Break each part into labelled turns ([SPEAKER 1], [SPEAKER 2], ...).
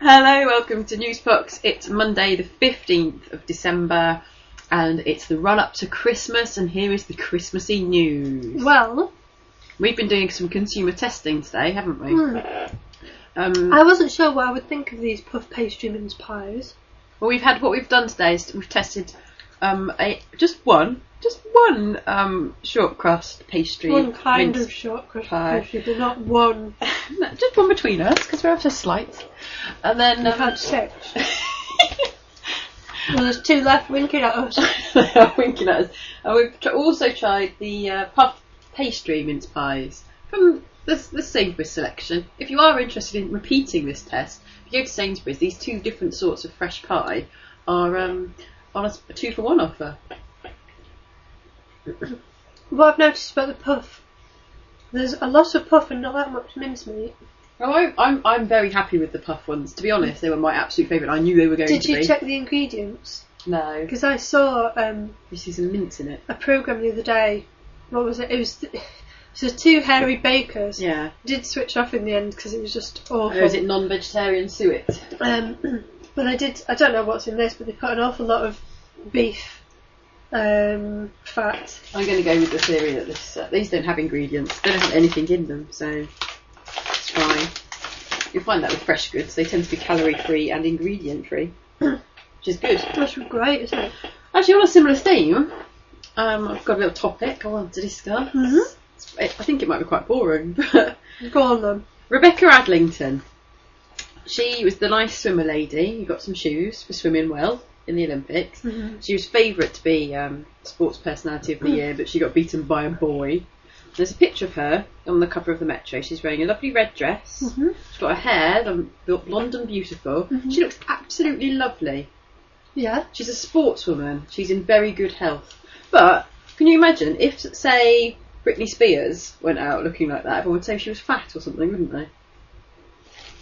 [SPEAKER 1] Hello, welcome to Newsbox. It's Monday, the 15th of December, and it's the run up to Christmas, and here is the Christmassy news.
[SPEAKER 2] Well,
[SPEAKER 1] We've been doing some consumer testing today, haven't we?
[SPEAKER 2] hmm,
[SPEAKER 1] Um,
[SPEAKER 2] I wasn't sure what I would think of these puff pastry mince pies.
[SPEAKER 1] well, we've had what we've done today is we've tested um, a, just one, just one um, short crust pastry.
[SPEAKER 2] One kind
[SPEAKER 1] mince
[SPEAKER 2] of short crust
[SPEAKER 1] pie.
[SPEAKER 2] pastry, but not one.
[SPEAKER 1] No, just one between us because we're after slights. And then
[SPEAKER 2] I've
[SPEAKER 1] um,
[SPEAKER 2] had six. Well, there's two left winking at us.
[SPEAKER 1] they are winking at us. And we've tr- also tried the uh, puff pastry mince pies from the, the Sainsbury's selection. If you are interested in repeating this test, if you go to Sainsbury's, these two different sorts of fresh pie are um, on a, s- a two for one offer.
[SPEAKER 2] What I've noticed about the puff, there's a lot of puff and not that much mincemeat.
[SPEAKER 1] Oh, I, I'm I'm very happy with the puff ones. To be honest, they were my absolute favourite. I knew they were going
[SPEAKER 2] Did
[SPEAKER 1] to
[SPEAKER 2] you
[SPEAKER 1] be.
[SPEAKER 2] check the ingredients?
[SPEAKER 1] no,
[SPEAKER 2] Because I saw um,
[SPEAKER 1] you see some mince in it.
[SPEAKER 2] a program the other day. What was it? It was. so two hairy bakers
[SPEAKER 1] Yeah.
[SPEAKER 2] did switch off in the end because it was just
[SPEAKER 1] Or
[SPEAKER 2] awful.
[SPEAKER 1] is it non-vegetarian suet?
[SPEAKER 2] Um, but I did. I don't know what's in this, but they put an awful lot of beef um, fat.
[SPEAKER 1] I'm going to go with the theory that this uh, these don't have ingredients. They don't have anything in them, so it's fine. You'll find that with fresh goods. They tend to be calorie free and ingredient free, which is good.
[SPEAKER 2] That's great, isn't it?
[SPEAKER 1] Actually, on a similar theme, um, I've got a little topic I want to discuss.
[SPEAKER 2] Mhm.
[SPEAKER 1] It's- I I think it might be quite boring, but
[SPEAKER 2] Go on then.
[SPEAKER 1] Rebecca Adlington. She was the nice swimmer lady who got some shoes for swimming well in the Olympics. She was favourite to be um, Sports Personality of the Year, but she got beaten by a boy. There's a picture of her on the cover of the Metro. She's wearing a lovely red dress.
[SPEAKER 2] Mhm.
[SPEAKER 1] She's got her hair done- built blonde and beautiful. She looks absolutely lovely.
[SPEAKER 2] Yeah.
[SPEAKER 1] She's a sportswoman. She's in very good health. But can you imagine if, say, Britney Spears went out looking like that? Everyone would say she was fat or something, wouldn't they?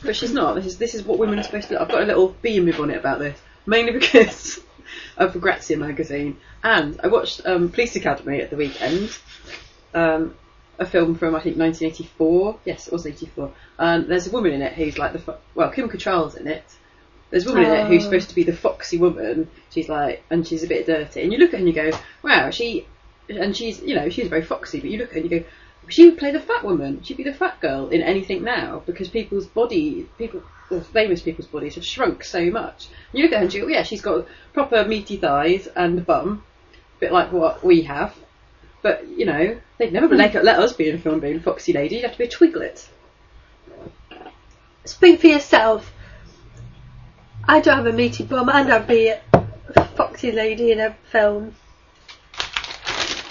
[SPEAKER 1] But she's not. This is this is what women are supposed to. Look. I've got a little bee in my bonnet about this, mainly because of the Grazia magazine, and I watched um, Police Academy at the weekend. Um, a film from I think 1984. Yes, it was 84. And there's a woman in it who's like the fo- well, Kim Cattrall's in it. There's a woman in it who's
[SPEAKER 2] Oh.
[SPEAKER 1] supposed to be the foxy woman. She's like, and she's a bit dirty. And you look at her and you go, wow, she, and she's you know she's very foxy. But you look at her and you go, she would play the fat woman. She'd be the fat girl in anything now because people's body, people, well, famous people's bodies have shrunk so much. You look at her and you go, "Oh, yeah, she's got proper meaty thighs and a bum, a bit like what we have. But you know, they'd never let, let us be in a film being foxy lady. You'd have to be a twiglet.
[SPEAKER 2] Speak for yourself. I don't have a meaty bum, and I'd be a foxy lady in a film.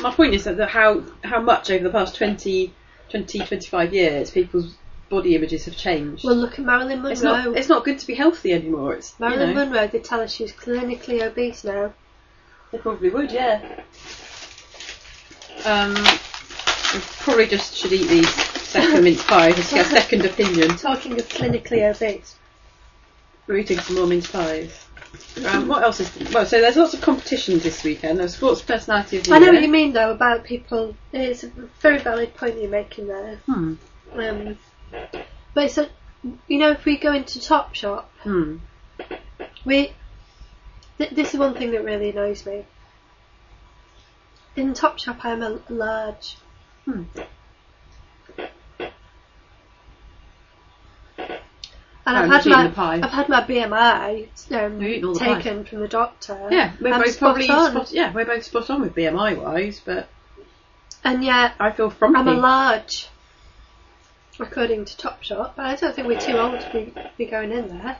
[SPEAKER 1] My point is that the, how how much over the past 20, 20, 25 years people's body images have changed.
[SPEAKER 2] Well, look at Marilyn Monroe.
[SPEAKER 1] it's not it's not good to be healthy anymore. It's you
[SPEAKER 2] Marilyn
[SPEAKER 1] know,
[SPEAKER 2] Monroe. They tell us she's clinically obese now.
[SPEAKER 1] They probably would, yeah. Um, we probably just should eat these second mince pies just to get a second opinion.
[SPEAKER 2] Talking of clinically obese.
[SPEAKER 1] We're eating some more mince pies. Um, what else is well? So there's lots of competitions this weekend. There's sports personality of the
[SPEAKER 2] I know
[SPEAKER 1] year.
[SPEAKER 2] what you mean though about people. It's a very valid point you're making there.
[SPEAKER 1] Hmm.
[SPEAKER 2] Um, but it's a, you know, if we go into Topshop,
[SPEAKER 1] Hmm.
[SPEAKER 2] we th- this is one thing that really annoys me. In Topshop, I'm a large.
[SPEAKER 1] Hmm.
[SPEAKER 2] And
[SPEAKER 1] Oh,
[SPEAKER 2] I've
[SPEAKER 1] you're
[SPEAKER 2] had
[SPEAKER 1] eating
[SPEAKER 2] my
[SPEAKER 1] the pie.
[SPEAKER 2] I've had my
[SPEAKER 1] You're eating all
[SPEAKER 2] BMI um,
[SPEAKER 1] the pie.
[SPEAKER 2] taken from the doctor.
[SPEAKER 1] Yeah, we're
[SPEAKER 2] I'm
[SPEAKER 1] both
[SPEAKER 2] spot
[SPEAKER 1] probably
[SPEAKER 2] on.
[SPEAKER 1] spot, yeah we're both spot on with BMI wise, but
[SPEAKER 2] and yet
[SPEAKER 1] I feel frumpy.
[SPEAKER 2] I'm a large, according to Topshop. But I don't think we're too old to be, be going in there.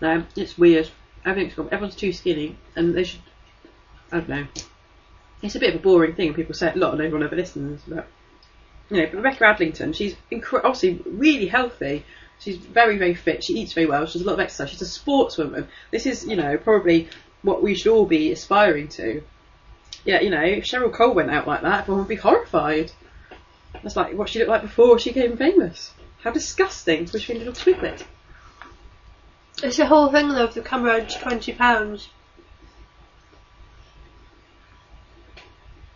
[SPEAKER 1] No, it's weird. Everything's got, everyone's too skinny, and they should. I don't know. It's a bit of a boring thing. and People say it a lot, and everyone over listens. But you know, but Rebecca Adlington, she's incre- obviously really healthy. She's very, very fit. She eats very well. She does a lot of exercise. She's a sportswoman. This is, you know, probably what we should all be aspiring to. Yeah, you know, if Cheryl Cole went out like that, everyone would be horrified. That's like what she looked like before she became famous. How disgusting! Was she a little twiglet?
[SPEAKER 2] It's the whole thing though of the camera around twenty pounds.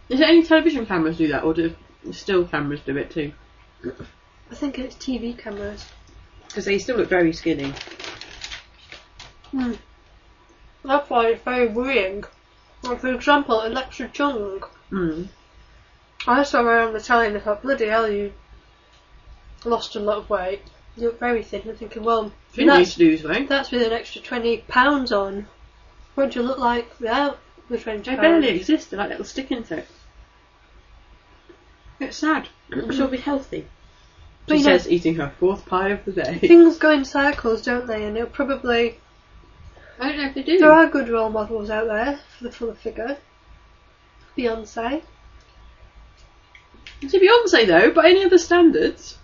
[SPEAKER 1] Is it any television cameras do that, or do still cameras do it too?
[SPEAKER 2] I think it's TV cameras.
[SPEAKER 1] Because they still look very skinny.
[SPEAKER 2] Hmm. That's why it's very worrying. Like, for example, Electra Jung.
[SPEAKER 1] Mm.
[SPEAKER 2] I saw her on the telly and I thought, bloody hell, you lost a lot of weight. You look very thin. I'm thinking, well,
[SPEAKER 1] She needs
[SPEAKER 2] that's,
[SPEAKER 1] to lose weight.
[SPEAKER 2] that's with an extra 20 pounds on. What do you look like without the 20
[SPEAKER 1] They
[SPEAKER 2] pounds?
[SPEAKER 1] barely exist. They're like little stick insects. It's sad. She'll be healthy.
[SPEAKER 2] But
[SPEAKER 1] She
[SPEAKER 2] you know-
[SPEAKER 1] says eating her fourth pie of the day.
[SPEAKER 2] Things go in cycles, don't they? And it'll probably...
[SPEAKER 1] I don't know if they do.
[SPEAKER 2] There are good role models out there for the fuller figure. Beyonce.
[SPEAKER 1] To Beyonce though, by any other standards,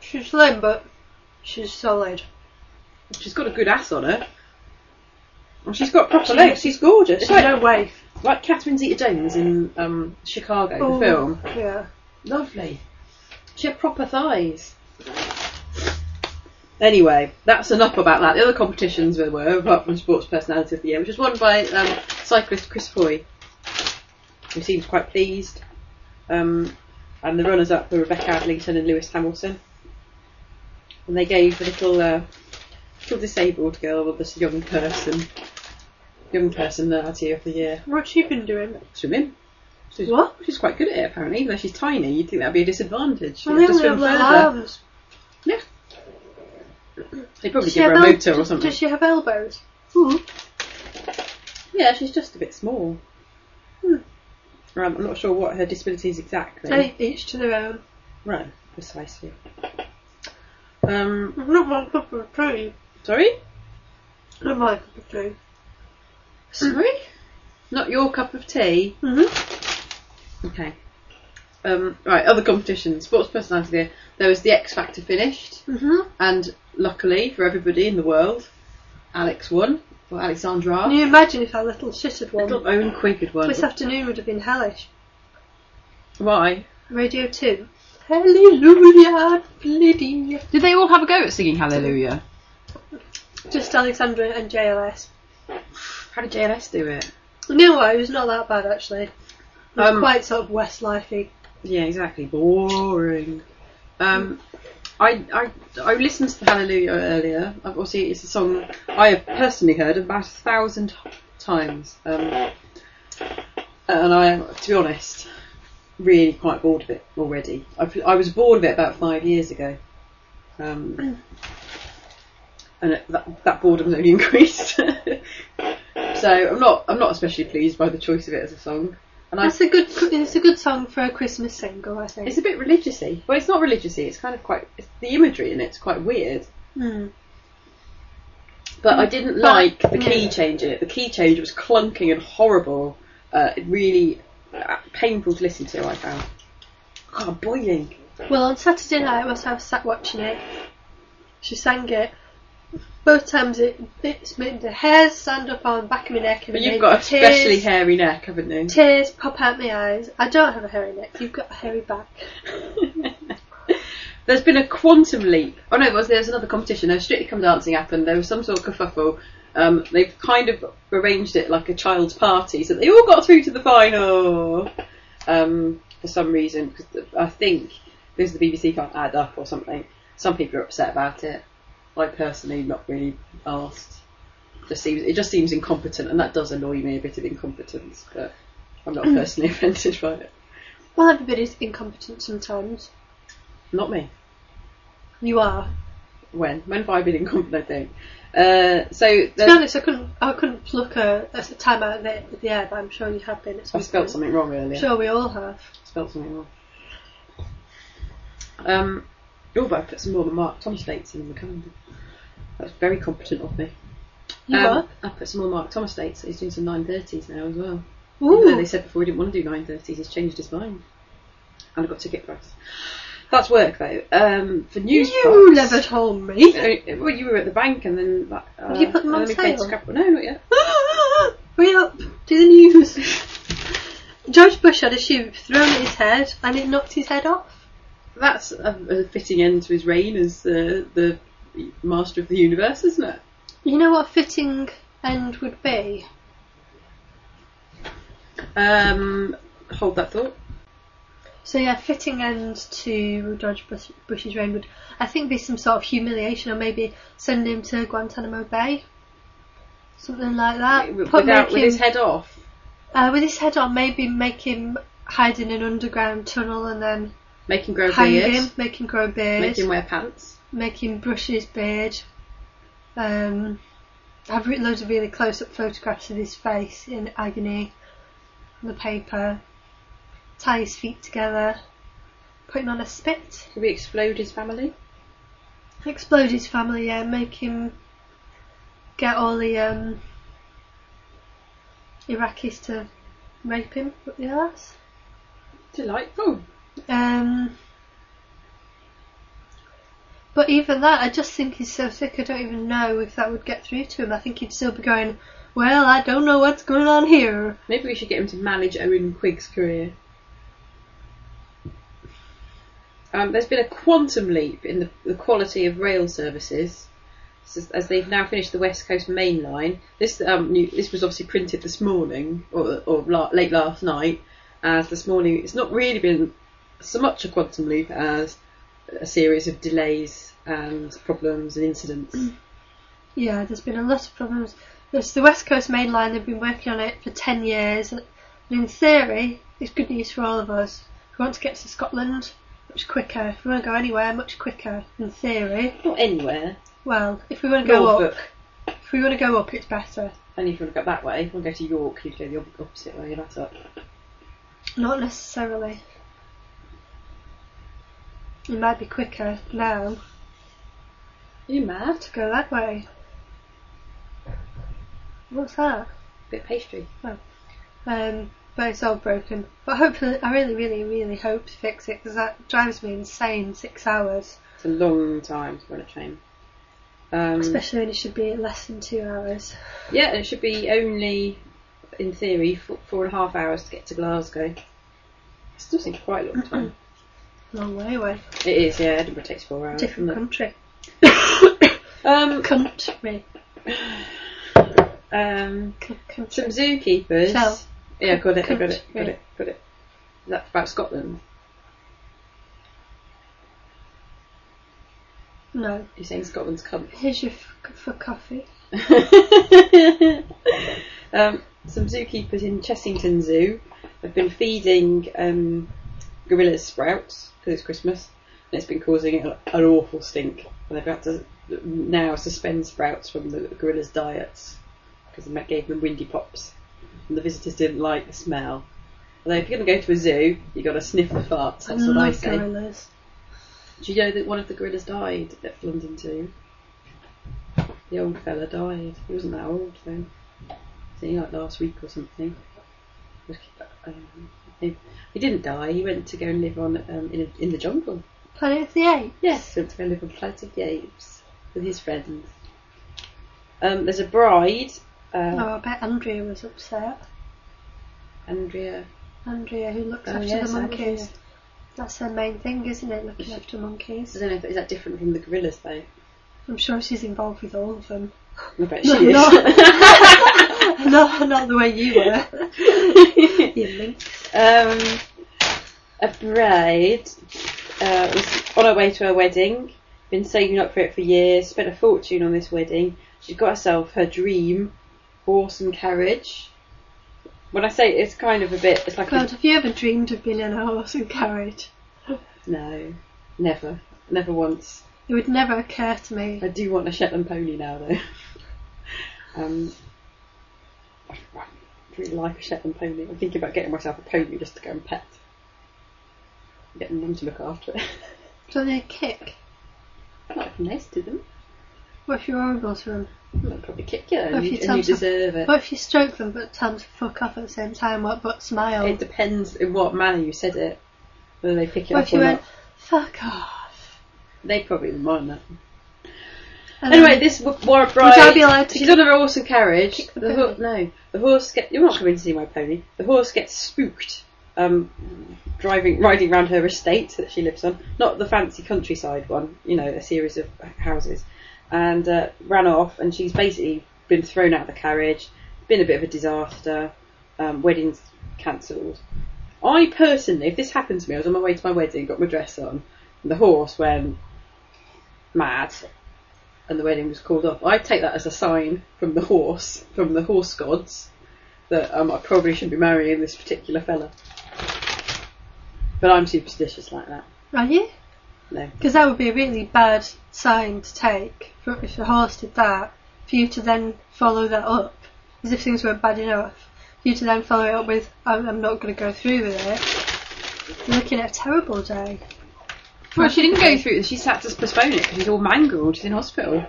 [SPEAKER 2] She's slim, but she's solid.
[SPEAKER 1] she's got a good ass on her. And she's got proper legs. She's gorgeous.
[SPEAKER 2] She's
[SPEAKER 1] She's like,
[SPEAKER 2] no waif.
[SPEAKER 1] like Catherine Zeta-Jones in um, Chicago,
[SPEAKER 2] Oh,
[SPEAKER 1] the film.
[SPEAKER 2] Yeah.
[SPEAKER 1] Lovely. She had proper thighs. Anyway, that's enough about that. The other competitions there were, apart from Sports Personality of the Year, which was won by um, cyclist Chris Foy, who seems quite pleased. Um, and the runners up were Rebecca Adlington and Lewis Hamilton. And they gave a little, uh, little disabled girl, or this young person, young personality of the year,
[SPEAKER 2] What's she been doing?
[SPEAKER 1] swimming. She's,
[SPEAKER 2] What?
[SPEAKER 1] She's quite good at it apparently, even though she's tiny. You'd think that'd be a disadvantage. She'd
[SPEAKER 2] Well,
[SPEAKER 1] have
[SPEAKER 2] they
[SPEAKER 1] to
[SPEAKER 2] only
[SPEAKER 1] swim
[SPEAKER 2] have little
[SPEAKER 1] further.
[SPEAKER 2] arms.
[SPEAKER 1] Yeah. They probably
[SPEAKER 2] Does
[SPEAKER 1] give her a
[SPEAKER 2] el-
[SPEAKER 1] motor or
[SPEAKER 2] does-
[SPEAKER 1] something.
[SPEAKER 2] Does she have elbows?
[SPEAKER 1] Yeah, she's just a bit small.
[SPEAKER 2] Hmm.
[SPEAKER 1] Right, I'm not sure what her disability is exactly.
[SPEAKER 2] They each to their own.
[SPEAKER 1] Right, precisely. Um,
[SPEAKER 2] Not my cup of tea.
[SPEAKER 1] sorry.
[SPEAKER 2] Not my cup of tea.
[SPEAKER 1] Sorry. Not your cup of tea.
[SPEAKER 2] Mm-hmm.
[SPEAKER 1] Okay. Um, right, other competitions. Sports personality. There, there was the X Factor finished.
[SPEAKER 2] Mm-hmm.
[SPEAKER 1] And luckily for everybody in the world, Alex won. Or Alexandra.
[SPEAKER 2] Can you imagine if our little shit had won?
[SPEAKER 1] Little own quakered one.
[SPEAKER 2] This afternoon would have been hellish.
[SPEAKER 1] Why?
[SPEAKER 2] Radio 2. Hallelujah, bloody.
[SPEAKER 1] Did they all have a go at singing Hallelujah?
[SPEAKER 2] Just Alexandra and JLS.
[SPEAKER 1] How did JLS do it?
[SPEAKER 2] You know what? It was not that bad, actually. It was
[SPEAKER 1] Um,
[SPEAKER 2] quite sort of Westlifey.
[SPEAKER 1] Yeah, exactly. Boring. Um, I, I I listened to the Hallelujah earlier. Obviously, it's a song I have personally heard about a thousand times. Um, and I, to be honest, really quite bored of it already. I, I was bored of it about five years ago. Um, and it, that, that boredom's only increased. so I'm not I'm not especially pleased by the choice of it as a song. And I
[SPEAKER 2] That's a good. It's a good song for a Christmas single, I think.
[SPEAKER 1] it's a bit religiousy. Well, it's not religiousy. It's kind of quite it's, the imagery in it's quite weird.
[SPEAKER 2] Mm.
[SPEAKER 1] But I didn't
[SPEAKER 2] But-
[SPEAKER 1] like the key
[SPEAKER 2] yeah.
[SPEAKER 1] change in it. The key change was clunking and horrible. Uh, it really uh, painful to listen to. I found. Oh, boiling.
[SPEAKER 2] Well, on Saturday night, myself sat watching it. She sang it. Both times it, it's made the hairs stand up on the back of my neck and
[SPEAKER 1] But
[SPEAKER 2] it
[SPEAKER 1] you've
[SPEAKER 2] made
[SPEAKER 1] got a
[SPEAKER 2] tears,
[SPEAKER 1] especially hairy neck, haven't you?
[SPEAKER 2] tears pop out my eyes. I don't have a hairy neck. You've got a hairy back.
[SPEAKER 1] There's been a quantum leap. Oh no, there was, there was another competition. There Strictly Come Dancing happened. There was some sort of kerfuffle. Um, they've kind of arranged it like a child's party, so they all got through to the final um, for some reason. 'cause the- I think because the BBC can't add up or something. Some people are upset about it. I personally not really asked. Just seems it just seems incompetent, and that does annoy me a bit of incompetence. But I'm not personally offended by it.
[SPEAKER 2] Well, everybody's incompetent sometimes.
[SPEAKER 1] Not me.
[SPEAKER 2] You are.
[SPEAKER 1] when when have I been incompetent? I think. Uh, so
[SPEAKER 2] To be
[SPEAKER 1] there's,
[SPEAKER 2] honest, I couldn't. I couldn't pluck a, a time out of the, the air, but I'm sure you have been. At some
[SPEAKER 1] I spelled
[SPEAKER 2] point.
[SPEAKER 1] something wrong earlier.
[SPEAKER 2] Sure, we all have.
[SPEAKER 1] Spelled something wrong. Um, oh, but I put some more than Mark Thomas dates in the calendar. That's very competent of me.
[SPEAKER 2] You
[SPEAKER 1] um, I put some more Mark Thomas dates. He's doing some nine thirties now as well.
[SPEAKER 2] are.
[SPEAKER 1] Even though
[SPEAKER 2] Ooh.
[SPEAKER 1] they said before he didn't want to do nine thirties, he's changed his mind. And I got ticket price. That's work though. Um, for news.
[SPEAKER 2] You
[SPEAKER 1] box-
[SPEAKER 2] never told me.
[SPEAKER 1] Uh, Well, you were at the bank and then. That, uh,
[SPEAKER 2] you put them
[SPEAKER 1] and then
[SPEAKER 2] on
[SPEAKER 1] we played
[SPEAKER 2] sale?
[SPEAKER 1] Scrabble. No, not yet.
[SPEAKER 2] Hurry up! Do the news! George Bush had a shoe thrown at his head and it knocked his head off.
[SPEAKER 1] That's a, a fitting end to his reign as uh, the master of the universe, isn't it?
[SPEAKER 2] You know what a fitting end would be?
[SPEAKER 1] Um, hold that thought.
[SPEAKER 2] So yeah, fitting end to George Bush, Bush's reign would, I think, be some sort of humiliation, or maybe send him to Guantanamo Bay, something like that.
[SPEAKER 1] Wi-
[SPEAKER 2] Put-
[SPEAKER 1] Without,
[SPEAKER 2] make
[SPEAKER 1] with
[SPEAKER 2] him-
[SPEAKER 1] his head off.
[SPEAKER 2] uh, with his head on, maybe make him hide in an underground tunnel and then
[SPEAKER 1] Make him grow a
[SPEAKER 2] hang
[SPEAKER 1] beard.
[SPEAKER 2] him, make him grow a beard,
[SPEAKER 1] Make him wear pants.
[SPEAKER 2] make him brush his beard. Um, I've written loads of really close-up photographs of his face in agony on the paper. Tie his feet together. Put him on a spit.
[SPEAKER 1] Could we explode his family?
[SPEAKER 2] explode his family, yeah, make him get all the um, Iraqis to rape him up the arse.
[SPEAKER 1] Delightful.
[SPEAKER 2] Um, but even that, I just think he's so sick, I don't even know if that would get through to him. I think he'd still be going, Well, I don't know what's going on here.
[SPEAKER 1] Maybe we should get him to manage Owen Quigg's career. Um, there's been a quantum leap in the, the quality of rail services s- as they've now finished the West Coast Main Line. This um, new, this was obviously printed this morning or, or la- late last night. As this morning, it's not really been so much a quantum leap as a series of delays and problems and incidents.
[SPEAKER 2] Yeah, there's been a lot of problems. There's the West Coast Main Line, they've been working on it for 10 years, and in theory, it's good news for all of us. If we want to get to Scotland, much quicker. If we want to go anywhere, much quicker, in theory.
[SPEAKER 1] not anywhere.
[SPEAKER 2] Well, if we want to go
[SPEAKER 1] Norfolk.
[SPEAKER 2] up, if we want to go up, it's better.
[SPEAKER 1] Only if you want to go that way. If you want to go to York, you'd go the ob- opposite way. That's up.
[SPEAKER 2] Not necessarily. It might be quicker now
[SPEAKER 1] Are you mad?
[SPEAKER 2] to go that way. What's that?
[SPEAKER 1] bit of pastry.
[SPEAKER 2] Um, but it's all broken. But hopefully, I really, really, really hope to fix it because that drives me insane. Six hours,
[SPEAKER 1] It's a long time to run a train. Um,
[SPEAKER 2] especially when it should be less than two hours.
[SPEAKER 1] yeah, and it should be only, in theory, four, four and a half hours to get to Glasgow. Still seems quite a long time.
[SPEAKER 2] Long way away,
[SPEAKER 1] it is, yeah. Edinburgh takes four hours.
[SPEAKER 2] different
[SPEAKER 1] doesn't
[SPEAKER 2] country.
[SPEAKER 1] it? Um,
[SPEAKER 2] Country,
[SPEAKER 1] um,
[SPEAKER 2] C- country.
[SPEAKER 1] some zookeepers.
[SPEAKER 2] Shell.
[SPEAKER 1] Yeah, got it. I got it. Got
[SPEAKER 2] Country.
[SPEAKER 1] it. Got it. Is that about Scotland?
[SPEAKER 2] No,
[SPEAKER 1] You're saying Scotland's cunt.
[SPEAKER 2] here's your f- for coffee.
[SPEAKER 1] um, some zookeepers in Chessington Zoo have been feeding um, gorillas sprouts because it's Christmas, and it's been causing a- an awful stink. And they've had to now suspend sprouts from the gorillas' diets because they gave them windy pops, and the visitors didn't like the smell. Although if you're going to go to a zoo, you've got to sniff the farts. That's what I
[SPEAKER 2] Love
[SPEAKER 1] say.
[SPEAKER 2] gorillas.
[SPEAKER 1] Do you know that one of the gorillas died at London Zoo? The old fella died. He wasn't that old though. So he like last week or something. Was- um, He he didn't die. He went to go and live on um, in a, in the jungle.
[SPEAKER 2] Planet of the Apes.
[SPEAKER 1] Yes, went to go and live on Planet of the Apes with his friends. Um, there's a bride, uh,
[SPEAKER 2] Oh, I bet Andrea was upset.
[SPEAKER 1] Andrea.
[SPEAKER 2] Andrea, who looks
[SPEAKER 1] Oh,
[SPEAKER 2] after
[SPEAKER 1] yes,
[SPEAKER 2] the monkeys.
[SPEAKER 1] Andrea.
[SPEAKER 2] That's her main thing, isn't it? Looking
[SPEAKER 1] She-
[SPEAKER 2] after
[SPEAKER 1] I
[SPEAKER 2] monkeys.
[SPEAKER 1] don't know if is that different from the gorillas though.
[SPEAKER 2] I'm sure she's involved with all of them.
[SPEAKER 1] I bet she
[SPEAKER 2] No,
[SPEAKER 1] is.
[SPEAKER 2] not, not, not the way you were. you link.
[SPEAKER 1] um, a bride uh, was on her way to her wedding, been saving up for it for years, spent a fortune on this wedding. She's got herself her dream horse and carriage. When I say it, it's kind of a bit, it's like
[SPEAKER 2] God,
[SPEAKER 1] a,
[SPEAKER 2] have you ever dreamed of being in a horse and carriage?
[SPEAKER 1] no, never, never once.
[SPEAKER 2] It would never occur to me.
[SPEAKER 1] I do want a Shetland pony now though. um, I really like a Shetland pony. I'm thinking about getting myself a pony just to go and pet, getting them to look after it.
[SPEAKER 2] Do they kick?
[SPEAKER 1] Not if I'm nice to them.
[SPEAKER 2] What if you're horrible to them?
[SPEAKER 1] I'll probably kick you, and
[SPEAKER 2] Well, if
[SPEAKER 1] you,
[SPEAKER 2] you
[SPEAKER 1] and
[SPEAKER 2] tell
[SPEAKER 1] you
[SPEAKER 2] some-
[SPEAKER 1] deserve it.
[SPEAKER 2] What if you stroke them but tell them to fuck off at the same time what, but smile?
[SPEAKER 1] It depends in what manner you said it, whether they pick it
[SPEAKER 2] what
[SPEAKER 1] up
[SPEAKER 2] if
[SPEAKER 1] or
[SPEAKER 2] you went,
[SPEAKER 1] not.
[SPEAKER 2] fuck off?
[SPEAKER 1] They probably wouldn't mind that.
[SPEAKER 2] And
[SPEAKER 1] Anyway,
[SPEAKER 2] then-
[SPEAKER 1] this w- war bride.
[SPEAKER 2] Would I be allowed to
[SPEAKER 1] she's
[SPEAKER 2] kick-
[SPEAKER 1] on her horse and carriage.
[SPEAKER 2] kick the
[SPEAKER 1] The ho-
[SPEAKER 2] pony?
[SPEAKER 1] no, the horse get. You're not coming to see my pony. The horse gets spooked. Um, driving, riding around her estate that she lives on, not the fancy countryside one. You know, a series of houses, and uh, ran off. And she's basically been thrown out of the carriage. Been a bit of a disaster. Um, weddings cancelled. I personally, if this happened to me, I was on my way to my wedding, got my dress on, and the horse went mad, and the wedding was called off. I take that as a sign from the horse, from the horse gods, that um, I probably should be marrying this particular fella. But I'm superstitious like that.
[SPEAKER 2] Are you?
[SPEAKER 1] No.
[SPEAKER 2] Because that would be a really bad sign to take for if the horse did that, for you to then follow that up, as if things weren't bad enough. For you to then follow it up with, I'm, I'm not going to go through with it. You're looking at a terrible day.
[SPEAKER 1] Well, she didn't go through it. She's had to postpone it because she's all mangled. She's in hospital.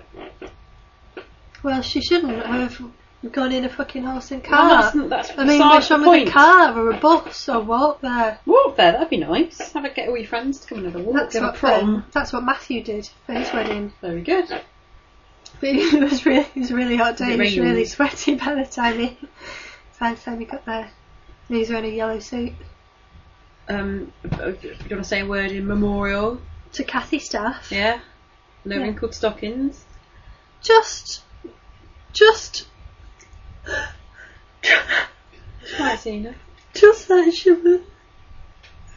[SPEAKER 2] Well, she shouldn't have gone in a fucking horse and
[SPEAKER 1] Well,
[SPEAKER 2] cart.
[SPEAKER 1] that's n- that's
[SPEAKER 2] I mean,
[SPEAKER 1] beside
[SPEAKER 2] wish on
[SPEAKER 1] the
[SPEAKER 2] with a
[SPEAKER 1] point.
[SPEAKER 2] car or a bus or walk there.
[SPEAKER 1] Walk there. That'd be nice. Have a get all your friends to come and have a walk.
[SPEAKER 2] That's
[SPEAKER 1] have a
[SPEAKER 2] what,
[SPEAKER 1] prom.
[SPEAKER 2] um, that's what Matthew did for his wedding.
[SPEAKER 1] Very good.
[SPEAKER 2] it was really, it was a really hot day.
[SPEAKER 1] It
[SPEAKER 2] It was
[SPEAKER 1] raining.
[SPEAKER 2] really sweaty by the time he, by the time he got there. And he was wearing a yellow suit.
[SPEAKER 1] Um, do you want to say a word in memorial?
[SPEAKER 2] To Kathy Staff,
[SPEAKER 1] Yeah. No
[SPEAKER 2] Yeah.
[SPEAKER 1] wrinkled stockings.
[SPEAKER 2] just, just,
[SPEAKER 1] Quite seen her.
[SPEAKER 2] just that she was,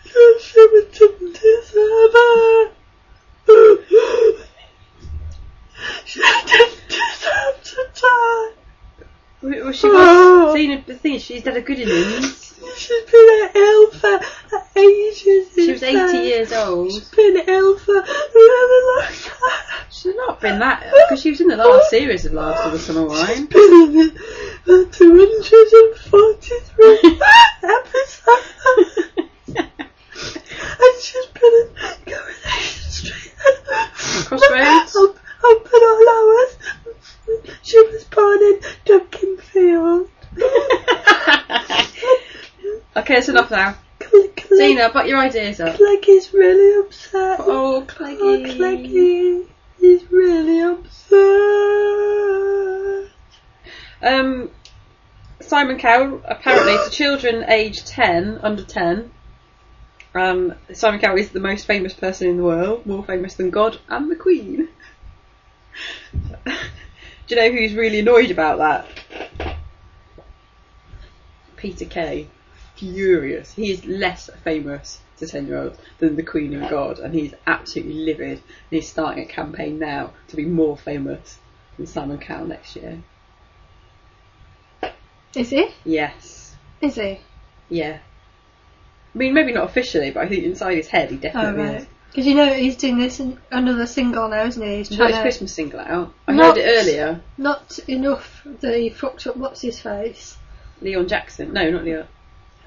[SPEAKER 2] just she was didn't deserve it. She didn't deserve to die.
[SPEAKER 1] Well, she was seen. her- The thing is, she's had a good innings.
[SPEAKER 2] Oh. She's been an alpha for ages.
[SPEAKER 1] She was 80 years old.
[SPEAKER 2] been ill for a really long time.
[SPEAKER 1] She's not been that because she was in the last series of Last of the Summer Wine.
[SPEAKER 2] Been in the 243 episodes. And she's been in Coronation Street.
[SPEAKER 1] Crossroads.
[SPEAKER 2] Up, up and all hours. She was born in Duncanfield.
[SPEAKER 1] okay, that's enough now.
[SPEAKER 2] Click, click,
[SPEAKER 1] Zena, butt your ideas up.
[SPEAKER 2] Clegg is really upset.
[SPEAKER 1] Oh, Cleggy.
[SPEAKER 2] Oh, Cleggy. He's really upset.
[SPEAKER 1] Um, Simon Cowell, apparently to children aged 10, under 10, um, Simon Cowell is the most famous person in the world, more famous than God and the Queen. Do you know who's really annoyed about that? Peter Kay. Furious. He is less famous to 10 year olds than the Queen and God, and he's absolutely livid. And he's starting a campaign now to be more famous than Simon Cowell next year.
[SPEAKER 2] Is he?
[SPEAKER 1] Yes.
[SPEAKER 2] Is he?
[SPEAKER 1] Yeah. I mean, maybe not officially, but I think inside his head he
[SPEAKER 2] Oh,
[SPEAKER 1] definitely
[SPEAKER 2] right.
[SPEAKER 1] is.
[SPEAKER 2] Because you know he's doing this in another single now, isn't he? He's
[SPEAKER 1] He's got his
[SPEAKER 2] trying to,
[SPEAKER 1] Christmas single out. I
[SPEAKER 2] Not-
[SPEAKER 1] heard it earlier.
[SPEAKER 2] not enough that he fucked up what's his face,
[SPEAKER 1] Leon Jackson. No, not Leon.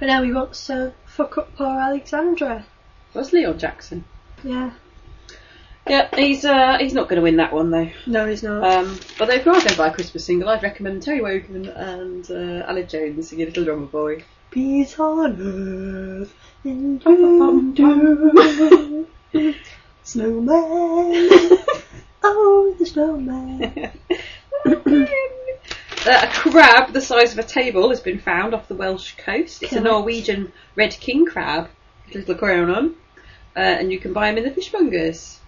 [SPEAKER 2] but now he wants to fuck up poor Alexandra.
[SPEAKER 1] What's Leon Jackson?
[SPEAKER 2] Yeah.
[SPEAKER 1] Yeah, he's uh, he's not going to win that one though.
[SPEAKER 2] No, he's not.
[SPEAKER 1] Um, although if you are going to buy a Christmas single, I'd recommend Terry Wogan and uh, Alec Jones singing Little Drummer Boy.
[SPEAKER 2] Peace on earth in
[SPEAKER 1] Dum,
[SPEAKER 2] winter. Snowman. Oh, the snowman.
[SPEAKER 1] Uh, a crab the size of a table has been found off the Welsh coast. It's a
[SPEAKER 2] Correct.
[SPEAKER 1] Norwegian red king crab with a little crown on, uh, and you can buy them in the fishmongers.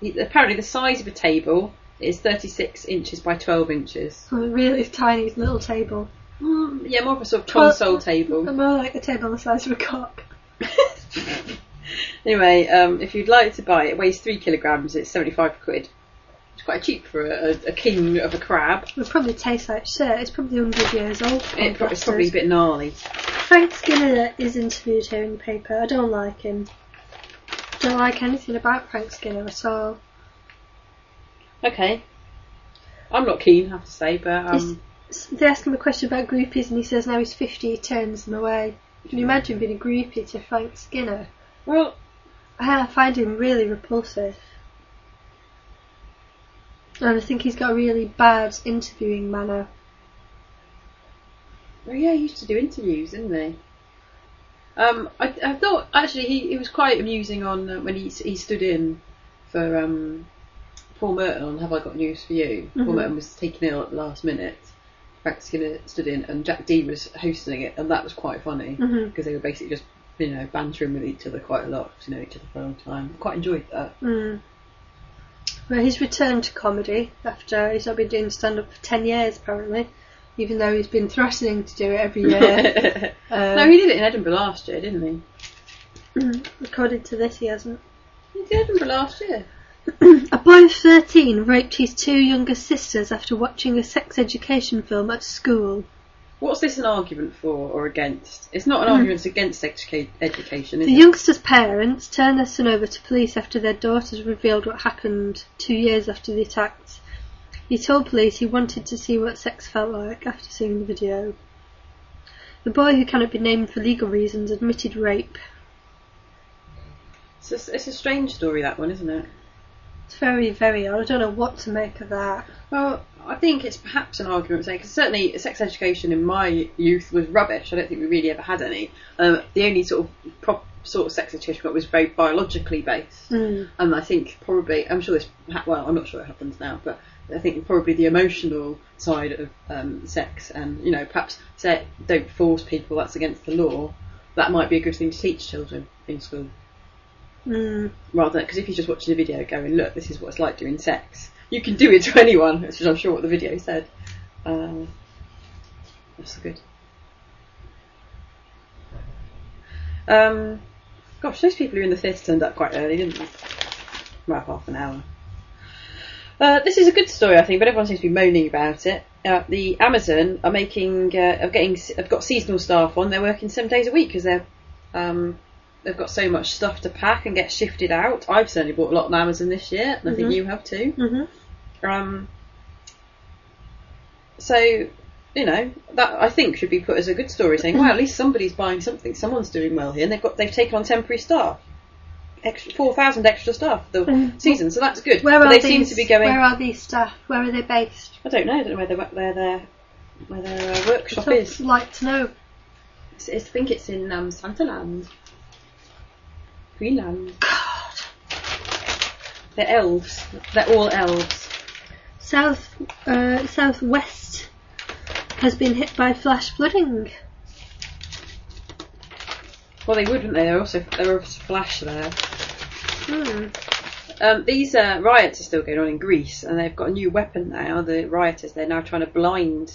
[SPEAKER 1] He- Apparently, the size of a table is 36 inches by 12 inches.
[SPEAKER 2] On a really tiny little table.
[SPEAKER 1] Mm, yeah, more of a sort of
[SPEAKER 2] Well-
[SPEAKER 1] console table.
[SPEAKER 2] More like a table the size of a cock.
[SPEAKER 1] anyway, um, if you'd like to buy it, it weighs 3 kilograms, it's 75 quid. It's quite cheap for a, a, a king of a crab.
[SPEAKER 2] It probably tastes like shit. It's probably 100 years old.
[SPEAKER 1] It, pro- it's probably a bit gnarly.
[SPEAKER 2] Frank Skinner is interviewed here in the paper. I don't like him. Don't like anything about Frank Skinner at all.
[SPEAKER 1] Okay. I'm not keen, I have to say, but
[SPEAKER 2] He's-
[SPEAKER 1] um,
[SPEAKER 2] s they ask him a question about groupies and he says now he's 50, he turns them away. Can you imagine being a groupie to Frank Skinner?
[SPEAKER 1] well,
[SPEAKER 2] I find him really repulsive. And I think he's got a really bad interviewing manner.
[SPEAKER 1] well, yeah, he used to do interviews, didn't he? Um, I, I thought actually he, he was quite amusing on uh, when he s- he stood in for um, Paul Merton on Have I Got News for You. Paul
[SPEAKER 2] Mhm.
[SPEAKER 1] Merton was taken ill at the last minute. Frank Skinner stood in, and Jack Dean was hosting it, and that was quite funny because
[SPEAKER 2] Mhm.
[SPEAKER 1] they were basically just you know bantering with each other quite a lot, 'cause you know each other for a long time. Quite enjoyed that.
[SPEAKER 2] Mm. Well, he's returned to comedy after he's not been doing stand up for 10 years apparently. even though he's been threatening to do it every year. um,
[SPEAKER 1] no, he did it in Edinburgh last year, didn't he?
[SPEAKER 2] According to this, he hasn't.
[SPEAKER 1] He did Edinburgh last year.
[SPEAKER 2] A boy of 13 raped his two younger sisters after watching a sex education film at school.
[SPEAKER 1] What's this an argument for or against? It's not an argument it's against educa- education, is
[SPEAKER 2] The
[SPEAKER 1] it?
[SPEAKER 2] youngster's parents turned their son over to police after their daughters revealed what happened two years after the attacks. He told police he wanted to see what sex felt like after seeing the video. The boy, who cannot be named for legal reasons, admitted rape.
[SPEAKER 1] It's a, it's a strange story, that one, isn't it?
[SPEAKER 2] It's very, very odd. I don't know what to make of that.
[SPEAKER 1] Well, I think it's perhaps an argument saying because certainly sex education in my youth was rubbish. I don't think we really ever had any. Um, the only sort of prop, sort of sex education we got was very biologically based, and Um, I think probably I'm sure this. Ha- well, I'm not sure it happens now, but I think probably the emotional side of um, sex, and you know, perhaps say don't force people. That's against the law. That might be a good thing to teach children in school
[SPEAKER 2] Mm.
[SPEAKER 1] rather because if you're just watching a video going, look, this is what it's like doing sex, you can do it to anyone, which is I'm sure what the video said. Um, that's good. Um, gosh, those people who are in the theatre turned up quite early, didn't they? About half an hour. Uh, this is a good story, I think, but everyone seems to be moaning about it. Uh, the Amazon are making, uh, are getting, have got seasonal staff on. They're working seven days a week because they're um, they've got so much stuff to pack and get shifted out. I've certainly bought a lot on Amazon this year, and I think
[SPEAKER 2] Mhm.
[SPEAKER 1] you have too.
[SPEAKER 2] hmm
[SPEAKER 1] Um, so, you know, that I think should be put as a good story, saying, "Well, at least somebody's buying something. Someone's doing well here, and they've got they've taken on temporary staff, extra four thousand extra staff for the
[SPEAKER 2] Mm.
[SPEAKER 1] season. So that's good.
[SPEAKER 2] Where
[SPEAKER 1] but
[SPEAKER 2] are
[SPEAKER 1] they
[SPEAKER 2] these?
[SPEAKER 1] seem to be going.
[SPEAKER 2] Where are these staff? Where are they based?
[SPEAKER 1] I don't know. I don't know where their where their where their uh, workshop
[SPEAKER 2] I'd
[SPEAKER 1] is.
[SPEAKER 2] like to know.
[SPEAKER 1] It's, it's, I think it's in um, Santaland, Greenland.
[SPEAKER 2] God.
[SPEAKER 1] They're elves. They're all elves.
[SPEAKER 2] South uh, southwest has been hit by flash flooding.
[SPEAKER 1] Well, they would, wouldn't they? They're also they're also flash there.
[SPEAKER 2] Hmm.
[SPEAKER 1] Um, these uh, riots are still going on in Greece, and they've got a new weapon now. The rioters they're now trying to blind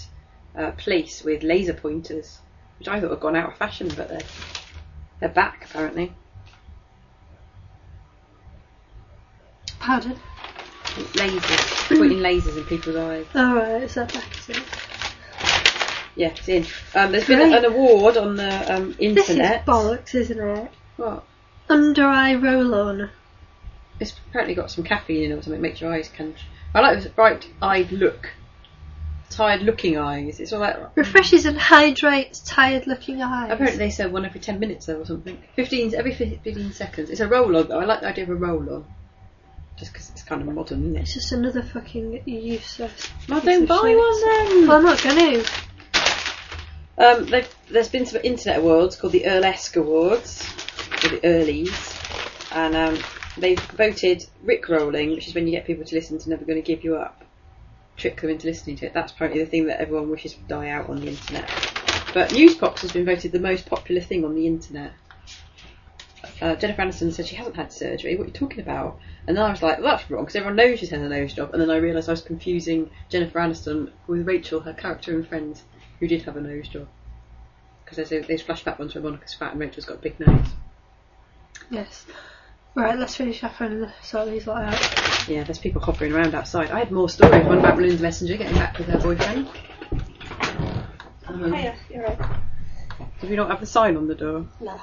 [SPEAKER 1] uh, police with laser pointers, which I thought had gone out of fashion, but they're they're back apparently.
[SPEAKER 2] Pardon.
[SPEAKER 1] Lasers, pointing lasers in people's eyes.
[SPEAKER 2] All right, is that back to it?
[SPEAKER 1] Yeah, it's in. Um, there's been an
[SPEAKER 2] Great.
[SPEAKER 1] award on the um,
[SPEAKER 2] This is
[SPEAKER 1] internet.
[SPEAKER 2] bollocks, isn't it?
[SPEAKER 1] What?
[SPEAKER 2] Under eye roll on.
[SPEAKER 1] It's apparently got some caffeine in it or something. Makes your eyes can. I like this bright-eyed look. Tired looking eyes. It's all that
[SPEAKER 2] Refreshes and hydrates tired looking eyes.
[SPEAKER 1] Apparently they said one every ten minutes though or something. Fifteen every fif- fifteen seconds. It's a roll on though. I like the idea of a roll on, just because it's kind of modern, isn't
[SPEAKER 2] It's
[SPEAKER 1] it?
[SPEAKER 2] just another fucking useless.
[SPEAKER 1] No,
[SPEAKER 2] piece
[SPEAKER 1] don't
[SPEAKER 2] of
[SPEAKER 1] buy
[SPEAKER 2] shit.
[SPEAKER 1] one then.
[SPEAKER 2] Well, I'm not going to.
[SPEAKER 1] Um, they've- there's been some internet awards called the Earlesque Awards, or the Earlies, and um, they've voted Rick rolling, which is when you get people to listen to Never Gonna Give You Up, trick them into listening to it. That's apparently the thing that everyone wishes would die out on the internet. But Newsbox has been voted the most popular thing on the internet. Uh, Jennifer Aniston said she hasn't had surgery. What are you talking about? And then I was like, that's wrong because everyone knows she's had a nose job. And then I realised I was confusing Jennifer Aniston with Rachel, her character in Friends, who did have a nose job because there's, a- there's flashback ones where Monica's fat and Rachel's got a big nose.
[SPEAKER 2] Yes. Right, let's finish up and sort these lot out.
[SPEAKER 1] Yeah, there's people hovering around outside. I had more stories. One about Melinda Messenger getting back with her boyfriend. Um,
[SPEAKER 2] you're right.
[SPEAKER 1] did we not have the sign on the door?
[SPEAKER 2] No.